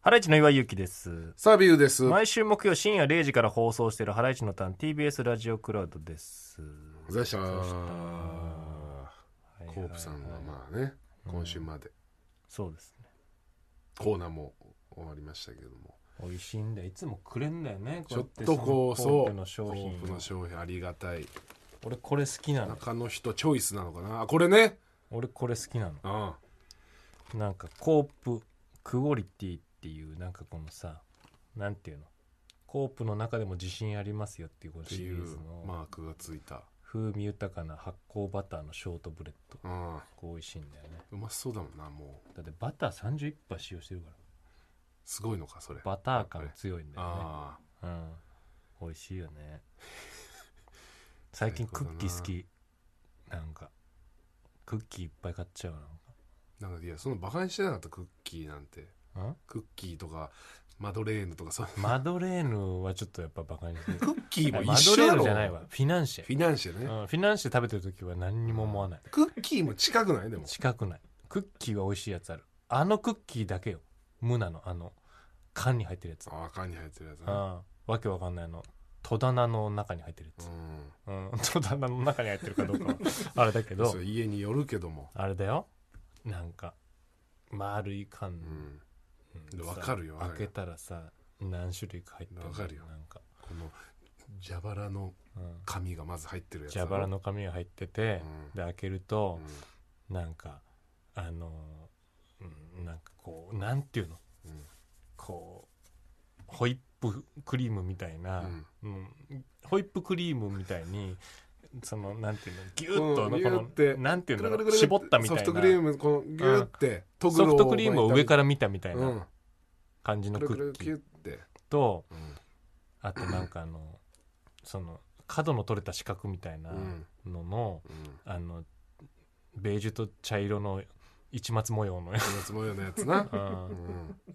ハライチの岩井ゆきです。サビューです。毎週木曜深夜0時から放送しているハライチのターン TBS ラジオクラウドです。ざしたざしたいはいコープさんはまあね、今週までそうですね。コーナーも終わりましたけども、美味しいんだよ。いつもくれんだよね。ちょっとこううやそっうての商コ品ープの商品ありがたい。俺これ好きなの。中の人チョイスなのかな。あこれね。俺これ好きなの。あなんかコープクオリティっていうなんかこのさ、なんていうの。コープの中でも自信ありますよっていうこのってシリいーズうのマークがついた。風味豊かな発酵バターのショートブレッド。うん。こう美味しいんだよね。うまそうだもんなもう。だってバター31杯使用してるから。すごいのかそれ。バター感強いんだよああね、うん、美味しいよね最近クッキー好きなんかクッキーいっぱい買っちゃうなんかいやそのバカにしてなかったクッキーなんてなんかクッキーとかマドレーヌとかそういううんマドレーヌはちょっとやっぱバカにしてる クッキー もマ一ド緒レーだヌろじゃないわフィナンシェフィナンシェうね、ん、フィナンシェ食べてる時は何にも思わないクッキーも近くないでも近くないクッキーは美味しいやつあるあのクッキーだけよ無なのあの缶に入ってるやつ、あ缶に入ってるやつねうん、わけわかんないあの戸棚の中に入ってるやつ、ううん、 戸棚の中に入ってるかどうか はあれだけん、どそう家によるけども、あれだよなんか丸い缶うん、うんわさかるよ開けたらさ何種類か入ってんのわかるよなんか、この蛇腹のうん、紙がまず入ってるやつ蛇腹の紙が入ってて、うんで開けるうとん、なんかあのーうん、なんかこうなんていうのうんこうホイップクリームみたいな、うんホイップクリームみたいにそのなんていうのギュッと、うんこギュッてのなんていうくるくるのくる絞ったみたいなソフトクリームこのギューって、トグソロフトクリームを上からら見たみたいうんな、感じのくるクくッるキキューって、とうんあとなんかあのその角の取れた四角みたいなうんののうん、あのベージュと茶色の一末模様のつもようなやつなううんん、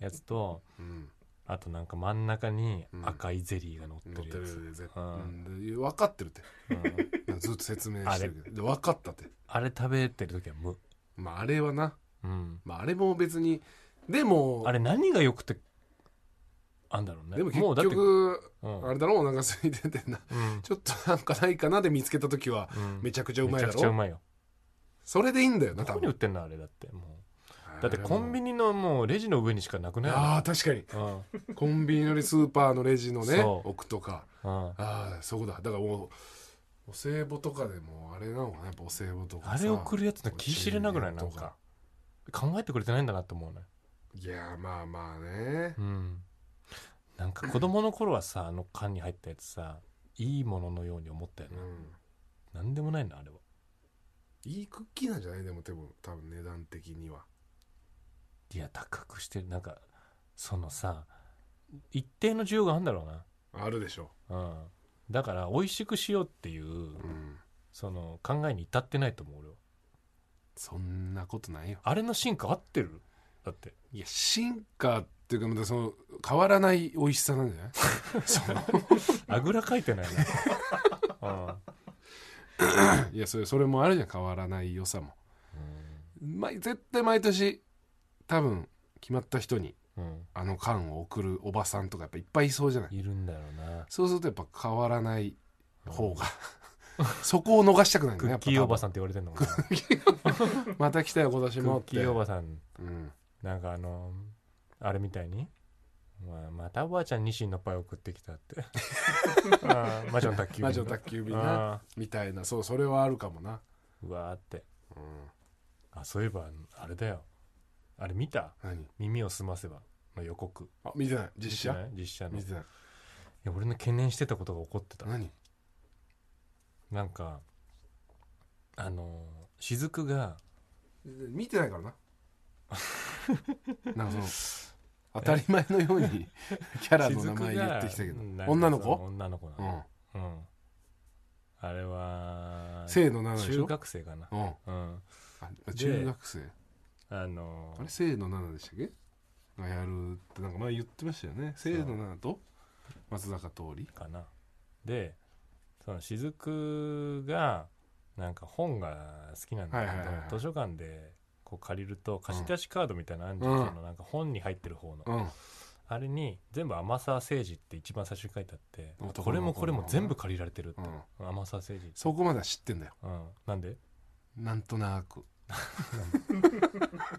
やつとうん、あとなんか真ん中に赤いゼリーが乗って乗ってるやるつ、で絶ううんんで分かってるってうんずっと説明してるけどで分かったってあれ食べてる時は無、まああれはな、うん、まあ、あれも別にでもあれ何が良くてあんだろうねでも結うだって、局うんあれだろお腹空いててな うんちょっとなんかないかなで見つけた時はうんめちゃくちゃうまいだめちゃくちゃうろまいよそれでいいんだよなど多こに売っ分てんのあれだってもうだってコンビニのもうレジの上にしかなくないああ確かにうんコンビニよりスーパーのレジのねそう奥とか うんああそうだだからもうお歳暮とかでもあれなのかなやっぱお歳暮とかさあれをくるやつの気知れなくないなんお中元とか考えてくれてないんだなって思うねいやまあまあねうんなんか子供の頃はさあの缶に入ったやつさいいもののように思ったようね、なんん、何でもないなあれはいいクッキーなんじゃないでもでも多分値段的にはいや高くしてるなんかそのさ一定の需要があるんだろうあるでしょなうんだから美味しくしようっていう、うんその考えに至ってないと思う俺はそんなことないよあれの進化合ってるだっていや進化っていうかまたその変わらない美味しさなんじゃない そのあぐらかいてないな、いやそれそれもあるじゃん変わらない良さも毎絶対毎年多分決まった人に うんうん、あの缶を送るおばさんとかやっぱいっぱいいそうじゃないいるんだろうなそうするとやっぱ変わらない 方がそこを逃したくないんだクねやッっぱキーおばさんって言われてんのかなク多分また来たよ今年もッってキーおばさんうんなんかあのあれみたいにまあ、またおばあちゃんニシンのパイ送ってきたって ああ魔女の宅急便魔女宅急便なああみたいなそうそれはあるかもなうわーってうんあそういえばあれだよあれ見た何耳をすませばの予告あ見てない見実て写ない実写の見いてないや俺の懸念してたことが起こってた何なんかあのー雫が見てない からななんかその当たり前のようにキャラの名前言ってきたけど雫が女のそ子、女の子なうのん、うんあれは生の7でし中ょ、学生かなうん、うんあ中学生あのーあれ生の7でしたっけがやるってなんか前言ってましたよね生の7と松坂桃李かなでその雫がなんか本が好きなんだけど、はいはいはいはい図書館でこう借りると貸し出しカードみたいなのあるじゃんうんそのなんか本に入ってる方の、うんあれに全部天沢誠治って一番最初に書いてあって男の子これもこれも全部借りられてるって、う天沢誠治、そこまでは知ってんだようん、なんでなんとなく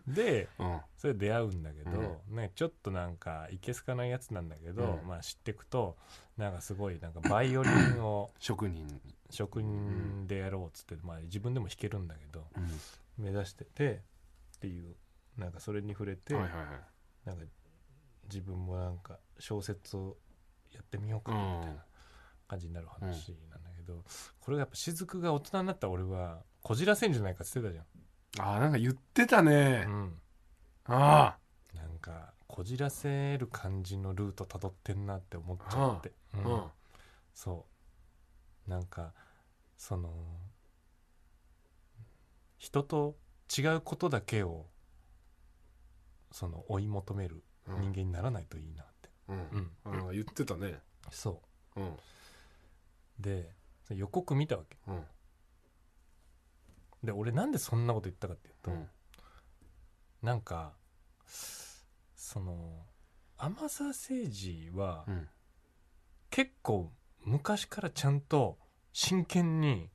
でうんそれで出会うんだけど、ね、ちょっとなんかいけすかないやつなんだけど、うんまあ、知ってくとなんかすごいなんかバイオリンを職人職人でやろうっつって、まあ、自分でも弾けるんだけど目指しててっていうなんかそれに触れて、はいはいはいなんか自分もなんか小説をやってみようかうみたいんな。感じになる話なんだけど、これがやっぱ雫が大人になったら俺はこじらせんじゃないかって言ってあーなんか言ってたねたじゃん、うん、あなんかこじらせる感じのルート辿ってんなって思っちゃって、あうんうんそうなんかその人と違うことだけをその追い求める人間にならないといいなって、うんうんあー言ってたねそうんうで予告見たわけうんで俺なんでそんなこと言ったかっていうと、うんなんかその天沢誠治はうん結構昔からちゃんと真剣に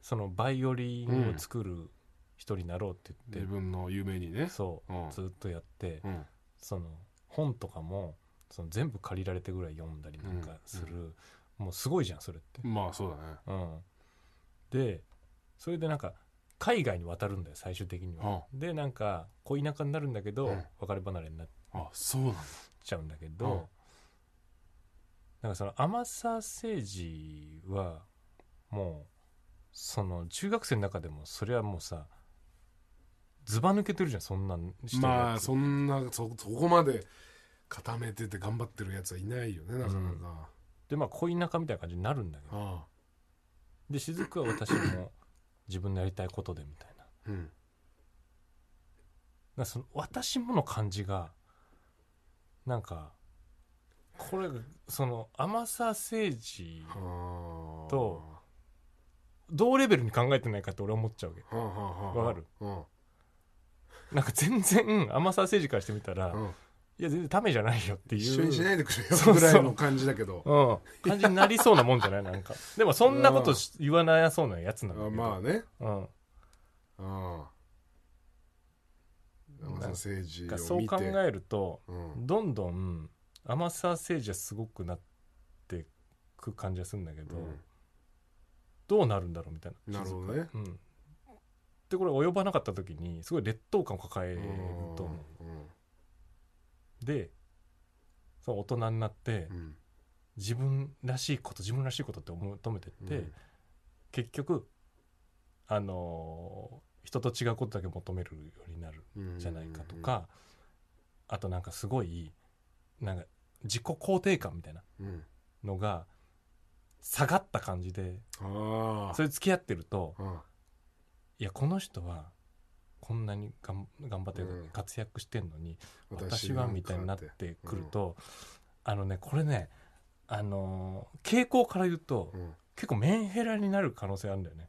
そのバイオリンを作る人になろうって言自って、分の夢にねそううずっとやって、んうんその本とかもその全部借りられてぐらい読んだりなんかする、もうすごいじゃんそれって。まあそうだねうん、でそれでなんか海外に渡るんだよ最終的には。でなんか恋仲になるんだけど、うん別れ離れになっあそうなんだちゃうんだけど、うんなんかその天沢誠治はもうその中学生の中でもそれはもうさずば抜けてるじゃんそんなんしてるやつまあそんなそそこまで固めてて頑張ってるやつはいないよねなかなか、でまあ恋仲みたいな感じになるんだけどああで雫は私も自分のやりたいことでみたいなうんなんかその私もの感じがなんかこれその天沢誠治ああと同レベルに考えてないかって俺は思っちゃうわけはあはあはあわかるうんなんか全然天沢誠治からしてみたら、うんいや全然ダメじゃないよっていう一緒にしないでくれそうそうよぐらいの感じだけどうん、感じになりそうなもんじゃないなんかでもそんなことし言わなそうなやつなんだあけどまあねうん、ああなん山か田誠治なんかをそう見て考えるとうんどんどん甘さ政治はすごくなってく感じがするんだけど、どうなるんだろうみたいななるほどねうん、でこれ及ばなかった時にすごい劣等感を抱えうるんと思うでそう大人になってうんうん自分らしいこと自分らしいことって求めてって、うん結局あのー人と違うことだけ求めるようになるうんんじゃないかとか、あとなんかすごいなんか自己肯定感みたいなうんのが下がった感じでああそれ付き合ってるとうんいやこの人はこんなにがん頑張ってうん活躍してんのに、私はみたいになってくると、あのねこれねあのー傾向から言うと、うん結構メンヘラになる可能性あるんだよね。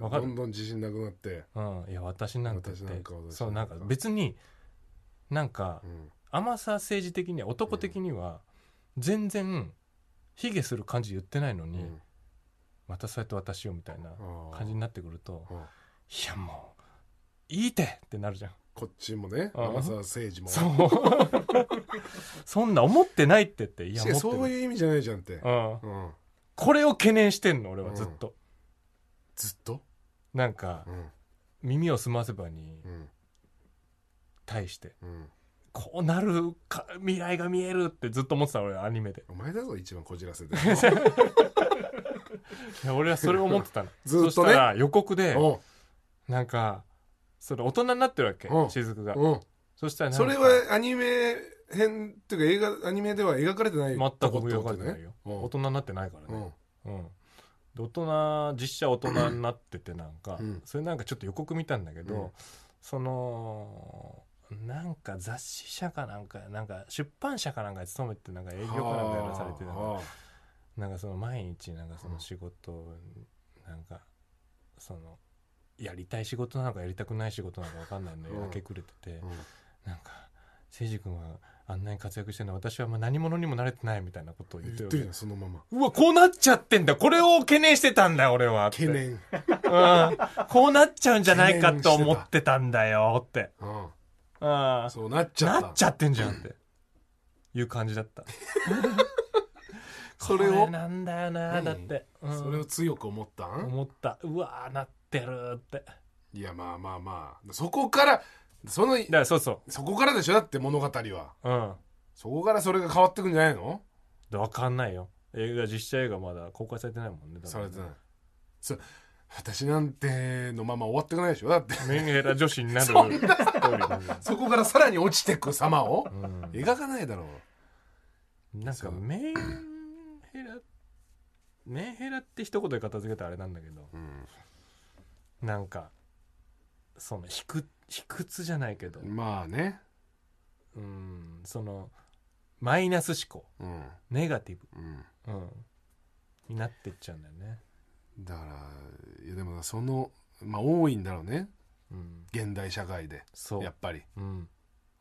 あわあかるどんどん自信なくなってうん、いや私なんてって私なんか私なんかそうなんか別になんかうん甘さ政治的には男的には全然卑下する感じ言ってないのに、うんまたそうやって私をみたいなああ感じになってくるとうんいやもういいてってなるじゃんこっちもねうん天沢誠治もそう そんな思ってないってっていやし思かっしてそうないいう意味じゃないじゃんってうん、うんこれを懸念してんの俺はずっと、ずっとなんかうん耳を澄ませばにうん対してうんこうなるか未来が見えるってずっと思ってた俺アニメでお前だぞ一番こじ らせていや俺はそれを思ってたの ずっとねそしたら予告でおうなんかそれ大人になってるわけうん雫がおうそしたらなんそかれはアニメ編っていうか映画アニメでは描かれてない全とくこって描こかとれてないようん大人になってないからうねんうんで大人実写大人になっててなんかうんそれなんかちょっと予告見たんだけうどんそのなんか雑誌社かなんかなんか出版社かなんかに勤めてなんか営業かなんかやらされてたのはなんかその毎日なんかそのうん仕事をなんかそのやりたい仕事なのかやりたくない仕事なのか分かんないのでうん明け暮れててあうんなんか誠司君はあんなに活躍してるの私はもう何者にも慣れてないみたいなことを言言っってるわけてるやんそのままうわこうなっちゃってんだこれを懸念してたんだ俺はって 懸念うん、こうなっちゃうんじゃないかと思ってたんだよってうんうんな そうなっちゃったっちゃってんじゃんっていう感じだったそれをこなんだよな何だって、うんそれを強く思ったん思ったうわーなってるってだかいやまあまあまあそこからそのらそうそそこからでしょだって物語はううんそこからそれが変わってくんじゃないのでわかんないよ映画実写映画まだ公開されてないもんねされてないそ私なんてのまま終わってくないでしょだって メンヘラ女子になるストそーんリなーなんだそこからさらに落ちてく様を うん描かないだろうなんかメンヘラメンヘラって一言で片付けたらあれなんだけどなんかその卑屈卑屈じゃないけどまあねうんそのマイナス思考うんネガティうんブ、うん、になってっちゃうんだよね、だからいやでもそのまあ多いんだろうねうん、現代社会でそうやっぱりうん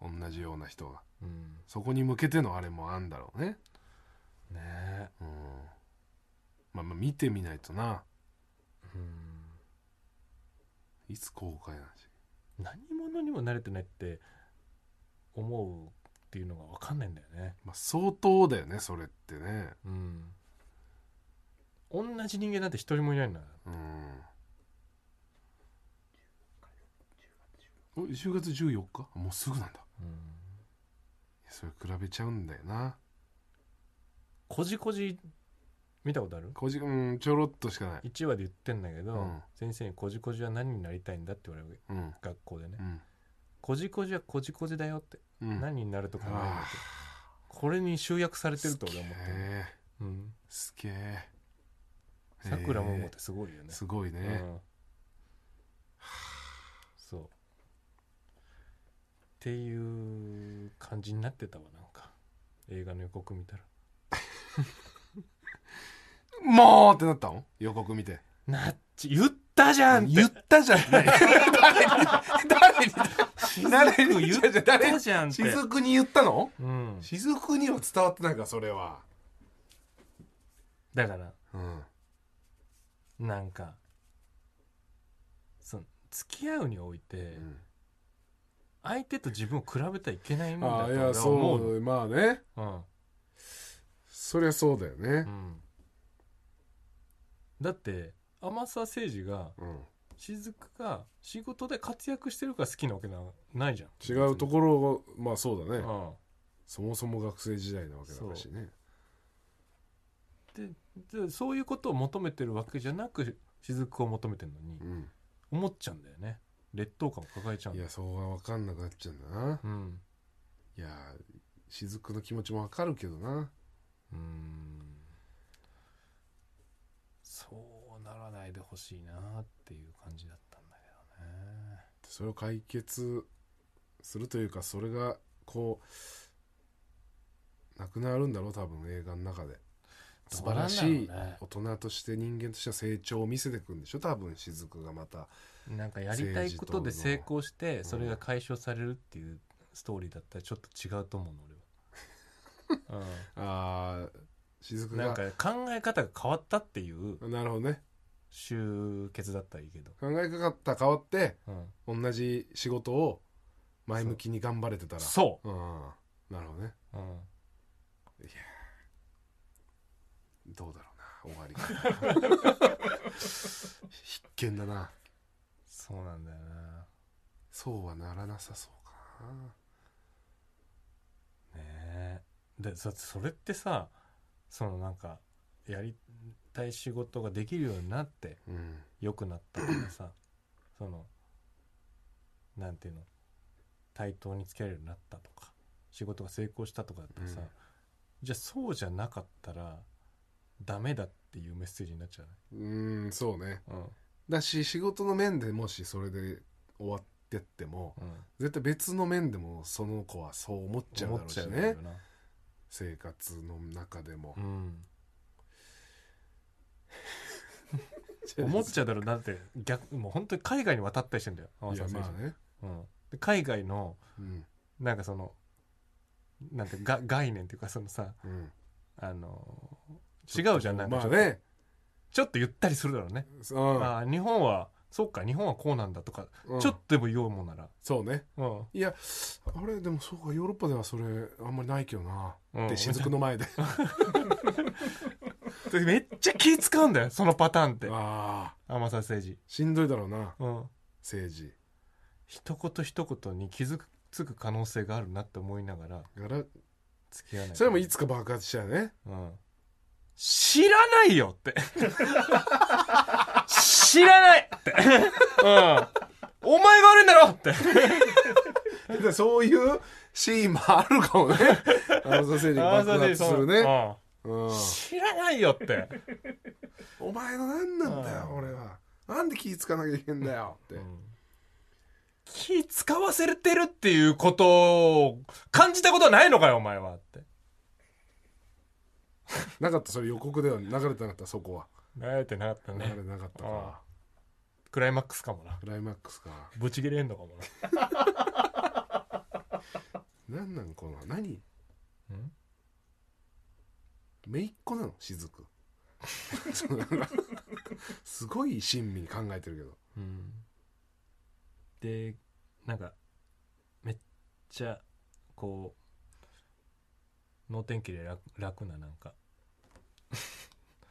同じような人がうんそこに向けてのあれもあんだろうねねえうんまあまあ見てみないとなうんいつ公開なんし何者にも慣れてないって思うっていうのが分かんないんだよねまあ相当だよねそれってねうん同じ人間なんて一人もいないんだうんお10月14日もうすぐなんだうんいやそれ比べちゃうんだよなこじこじ見たことあるこじうんちょろっとしかない ?1 話で言ってんだけど、うん先生に「こじこじは何になりたいんだ?」って言われるうん学校でねうん「こじこじはこじこじだよ」って、うん何になるとかないんだあってこれに集約されてると俺はー思ってるへーうんすげえさくらももっへてすごいよーねすごいねうんそうっていう感じになってたわなんか映画の予告見たらもうってなったの予告見てなっち言ったじゃんって言ったじゃない誰に誰に誰に言ったじゃんって雫に言ったのうん雫には伝わってないかそれはだからうんなんかその付き合うにおいて、相手と自分を比べてはいけないもんだとああい俺やは思そうのうまあねうんそりゃそうだようねんだって天沢誠治がうん雫が仕事で活躍してるから好きなわけなないじゃん違うところをまあそうだねろ、そもそも学生時代なわけだからしねうん、ででそういうことを求めてるわけじゃなく雫を求めてるのにうん思っちゃうんだよね劣等感を抱えちゃうんいだやそうは分かんなくなっちゃうんだなうんいや雫の気持ちも分かるけどなうーんそうならないでほしいなっていう感じだったんだけどねそれを解決するというかそれがこうなくなるんだろう多分映画の中で素晴らしいどうなんだろうね大人として人間としては成長を見せていくんでしょ多分雫がまたなんかやりたいことで成功して政そ治とのれが解消されるっていうストーリーだったらちょっと違うと思うの俺 は、あーう雫ん、なんがか考え方が変わったっていうなるほどね集結だったらいいけど、考え方変わってうん、同じ仕事を前向きに頑張れてたらそうんなるほどねう、うん、どうだろうな終わ り必見だなそうなんだよなそうはならなさそうかねなえでそそれってさそのなんかやりたい仕事ができるようになってうん良くなったからさ そのなんていうの対等につき合えるようになったとか仕事が成功したとかだったらさ、うんじゃあそうじゃなかったらダメだっていうメッセージになっちゃううーんそうねねだし仕事の面でもしそれで終わってってもうん、絶対別の面でもその子はそう思っちゃうだ思ろっうちゃしうだろねうな、生活の中でもう、ん、違う思っちゃうだろうなって逆もう本当に海外に渡ったりしてんだよいやまあね、うん、で海外のうん、なんかそのなんてが概念っていうかそのさうん、あの違うじゃんなんかまちあょ,、ねちょっと言ったりするだろうね、そうああ日本はそうか日本はこうなんだとか、うんちょっとでも言おうもんなら、そうねうんいやあれでもそうかヨーロッパではそれあんまりないけどな、うんで雫の前ででめっちゃ気使うんだよそのパターンってああ甘さ政治しんどいだろうなうん政治一言一言に気づくつく可能性があるなって思いながらだから付き合わないそれもいつか爆発しちゃうねうん知らないよって知らないって、うん、お前が悪いんだろってで そういうシーンもあるかも ねアウトセージが 爆発するね、ねうん、知らないよって、お前の何なんだようん俺はなんで気ぃつかなきゃいけんだよって、気使わせてるっていうことを感じたことはないのかよお前はってなかったそれ予告では流れてなかったそこは慣れてなかった流ねれてなかったか、あクライマックスかもなクライマックスかぶち切れんのかもな何なんこの何んめいっ子なの 雫そうなんかすごい親身に考えてるけどうん、でなんかめっちゃこう能天気で楽楽ななんか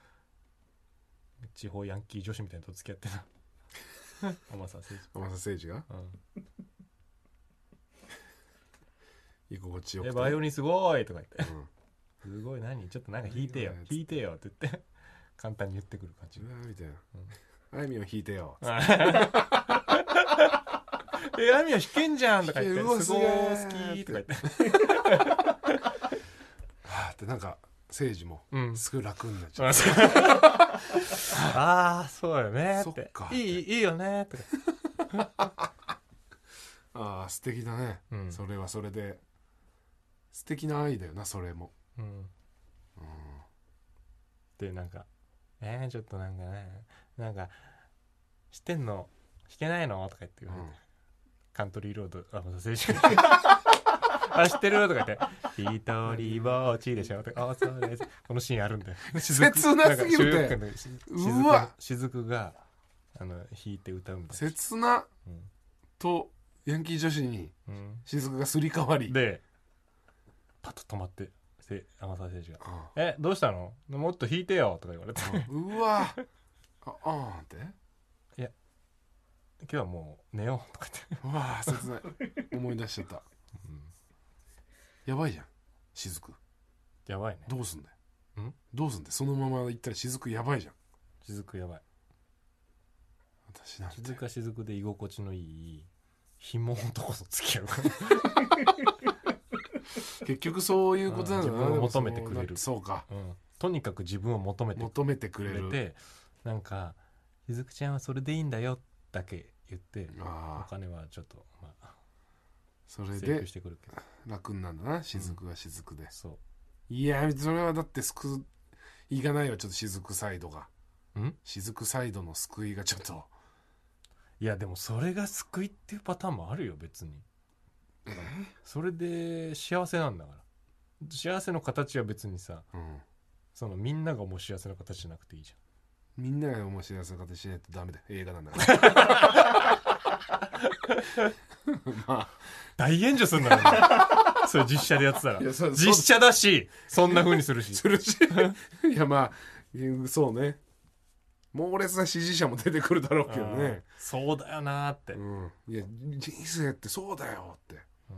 地方ヤンキー女子みたいなと付き合ってな 天沢誠天佐誠治が二、居心地うよん、でくてバイオリンすごいとか言ってうん「すごい何ちょっとなんか弾いてよいいよね弾いてよ」って言って簡単に言ってくる感じ うわーみたいな、あいみょん弾いてよ「えアミは弾けんじゃん」とか言って弾けうわ「すごいす好げーき」とか言ってはあってなんか誠治もうんすごい楽になっちゃう、ああーそうだよねってそっかいいいいよねってああ素敵だね、うんそれはそれで素敵な愛だよなそれもうんでなんか「えー、ちょっとなんかねなんか知ってんの弾けないの?」とか言って言われて、うんカントリーロードあまた 青春あ知ってるとか言って「一人ぼっちでしょ」とか「あそうです」このシーンあるんだよ切なすぎるなんか中ね学のしうわ雫があの弾いて歌うんだよ、切なうんとヤンキー女子にうん雫がすり替わりでパッと止まってせ天沢選手があ「えどうしたのもっと弾いてよ」とか言われてあうわああーんって「今日はもう寝よう」とか言ってうわあ切ない思い出しちゃったやばいじゃん雫やばいねどうすんだよんどうすんだよそのまま行ったら雫やばいじゃん雫やばい私なんて雫は雫で居心地のいい紐男と付 き合うから結局そういうことなんだうんな自分をでも求めてくれるそうなそうかうんとにかく自分を求めてく求めてくれれるてなんか「雫ちゃんはそれでいいんだよ」だけ言っておああ金はちょっとまあそれ請で求してくるけど楽になるんだな雫は雫でそいやそれはだって救いがないよちょっと雫サイドがううん雫サイドの救いがちょっといやでもそれが救いっていうパターンもあるよ別にそれで幸せなんだから幸せの形は別にさうんそのみんなが思う幸せの形じゃなくていいじみんなが面白い姿しないとダメだよ映画なんだからまゃん大炎上するんだから それ実写でやってたらいやそそ実写だしそんな風にするあしす るし いやまあそうね猛烈な支持者も出てくるだろうけどねあーそうだよなーって、うんいや人生ってそうだよってうん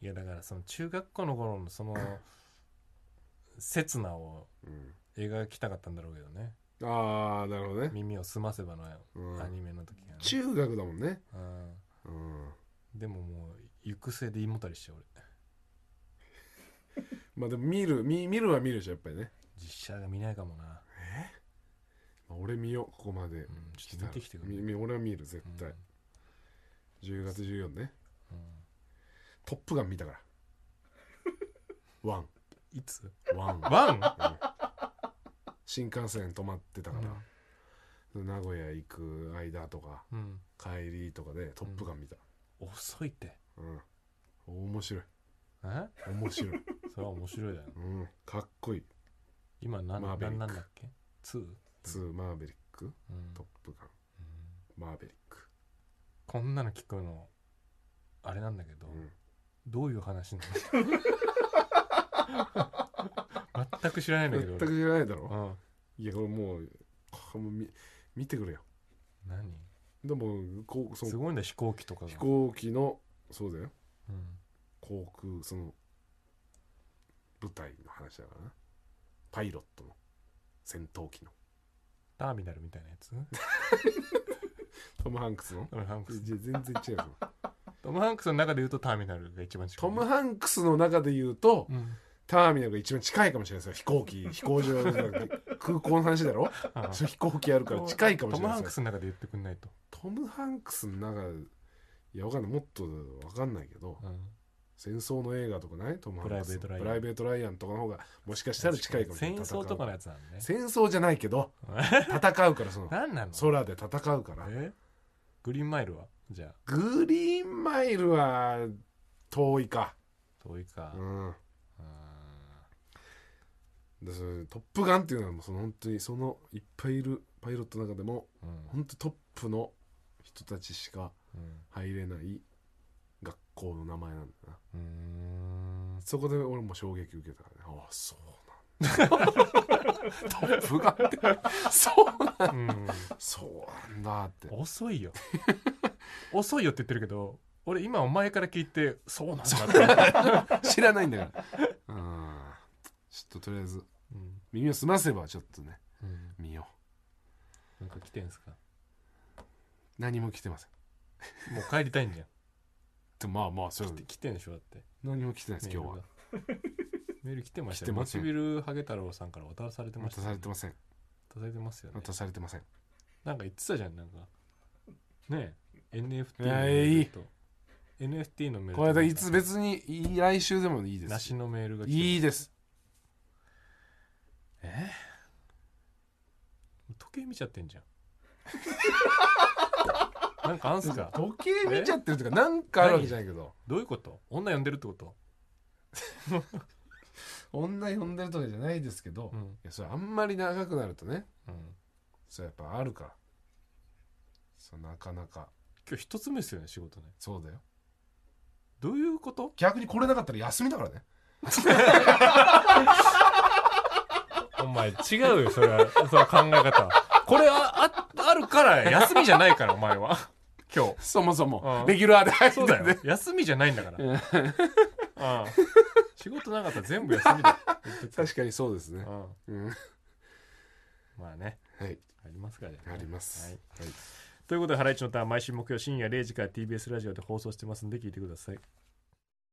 いやだからその中学校の頃のそ の刹那をうん描きたかったんだろうけどねああなるほどね、耳を澄ませばのうんアニメの時がね、中学だもんねうんうんでももう行く末で胃もたりして俺まあでも見る見見るは見るでしょやっぱりね実写が見ないかもな、まあ俺見ようここまでうん、ち来ょったとら見てきてくれ、みみ俺は見る絶対、う10月14ねん「トップガン」見たから ワンいつワンワン新幹線止まってたから、名古屋行く間とかうん、帰りとかで「トップガン」見た、遅いってうん面白いえ面白い、 それは面白いだようん、かっこいい今何マーなベリッんクなんだっけ 2? 2マーベリックうんトップガンマーベリック、こんなの聞くのあれなんだけど、うん、どういう話なの 全く知らないんだけど全く知らないだろ、俺うんいやこれもうこれも見見てくれよ何でもこうそすのごいんだよ飛行機とかが飛行機のそうだようん航空その部隊の話だからなパイロットの戦闘機のターミナルみたいな やつトム・ハンクスのトム・ハンクスじゃ全然違うよトム・ハンクスの中で言うとターミナルが一番近い トム・ハンクスの中で言うとうんターミナルが一番近いかもしれないですよ飛行機飛行場だから空港の話だろああそう飛行機あるから近いかもしれトム・なハいンでクすスよの中で言ってくんないと、トム・ハンクスの中でいやわかんないもっとわかんないけどうん戦争の映画とかないトム・ハンクスのプライベートライアンプライベート・ライアンとかの方がもしかしたら近いかもしれない戦争とかのねやつなんね戦争じゃないけど戦うからその何なの空で戦うからえグリーンマイルはじゃあグリーンマイルは遠いか遠いか、ううんんでそれトップガンっていうのはもうその本当にそのいっぱいいるパイロットの中でもうん本当トップの人たちしかうん入れない学校の名前なんだなうーんそこで俺も衝撃受けたからねああそうなんだトップガンってそううんそうなんだって遅いよ遅いよって言ってるけど俺今お前から聞いてそうなんだって思った、知らないんだからうんちょっととりあえずうん耳を澄ませばちょっとねうん、見よなんか来てんすかう何も来てませんもう帰りたいんじゃんでもまあまあそう来て来てんでしょだって何も来てないです今日はメールがメール来てました来てよまモせチんビルハゲ太郎さんから渡されてまし渡たさよれねてません渡されてますよね渡されてませんなんか言ってたじゃんなんかねえ NFT いやのメールと NFT のメールとこれでいつ別にいい来週でもいいでなすしのメールが来ていいですえ時計見ちゃってんじゃ んなんかあんすか時計見ちゃってるとかなんかあるわけじゃないけどどういうこと女呼んでるってこと女呼んでるとかじゃないですけど、ういん、やそれあんまり長くなるとねうん、それやっぱあるからそうなかなか今日一つ目ですよね仕事ねそうだよどういうこと逆にこれなかったら休みだからねお前違うよそれはその考え方はこれはああるから休みじゃないからお前は今日 そもそうんギュラーで入そうだよ休みじゃないんだからうんああ仕事なかったら全部休みだ言っとく確かにそうですね、うんうん、はまあねいありますからねあります、はいはいということで、ハライチのターン、毎週木曜深夜0時から TBS ラジオで放送してますんで、聞いてください。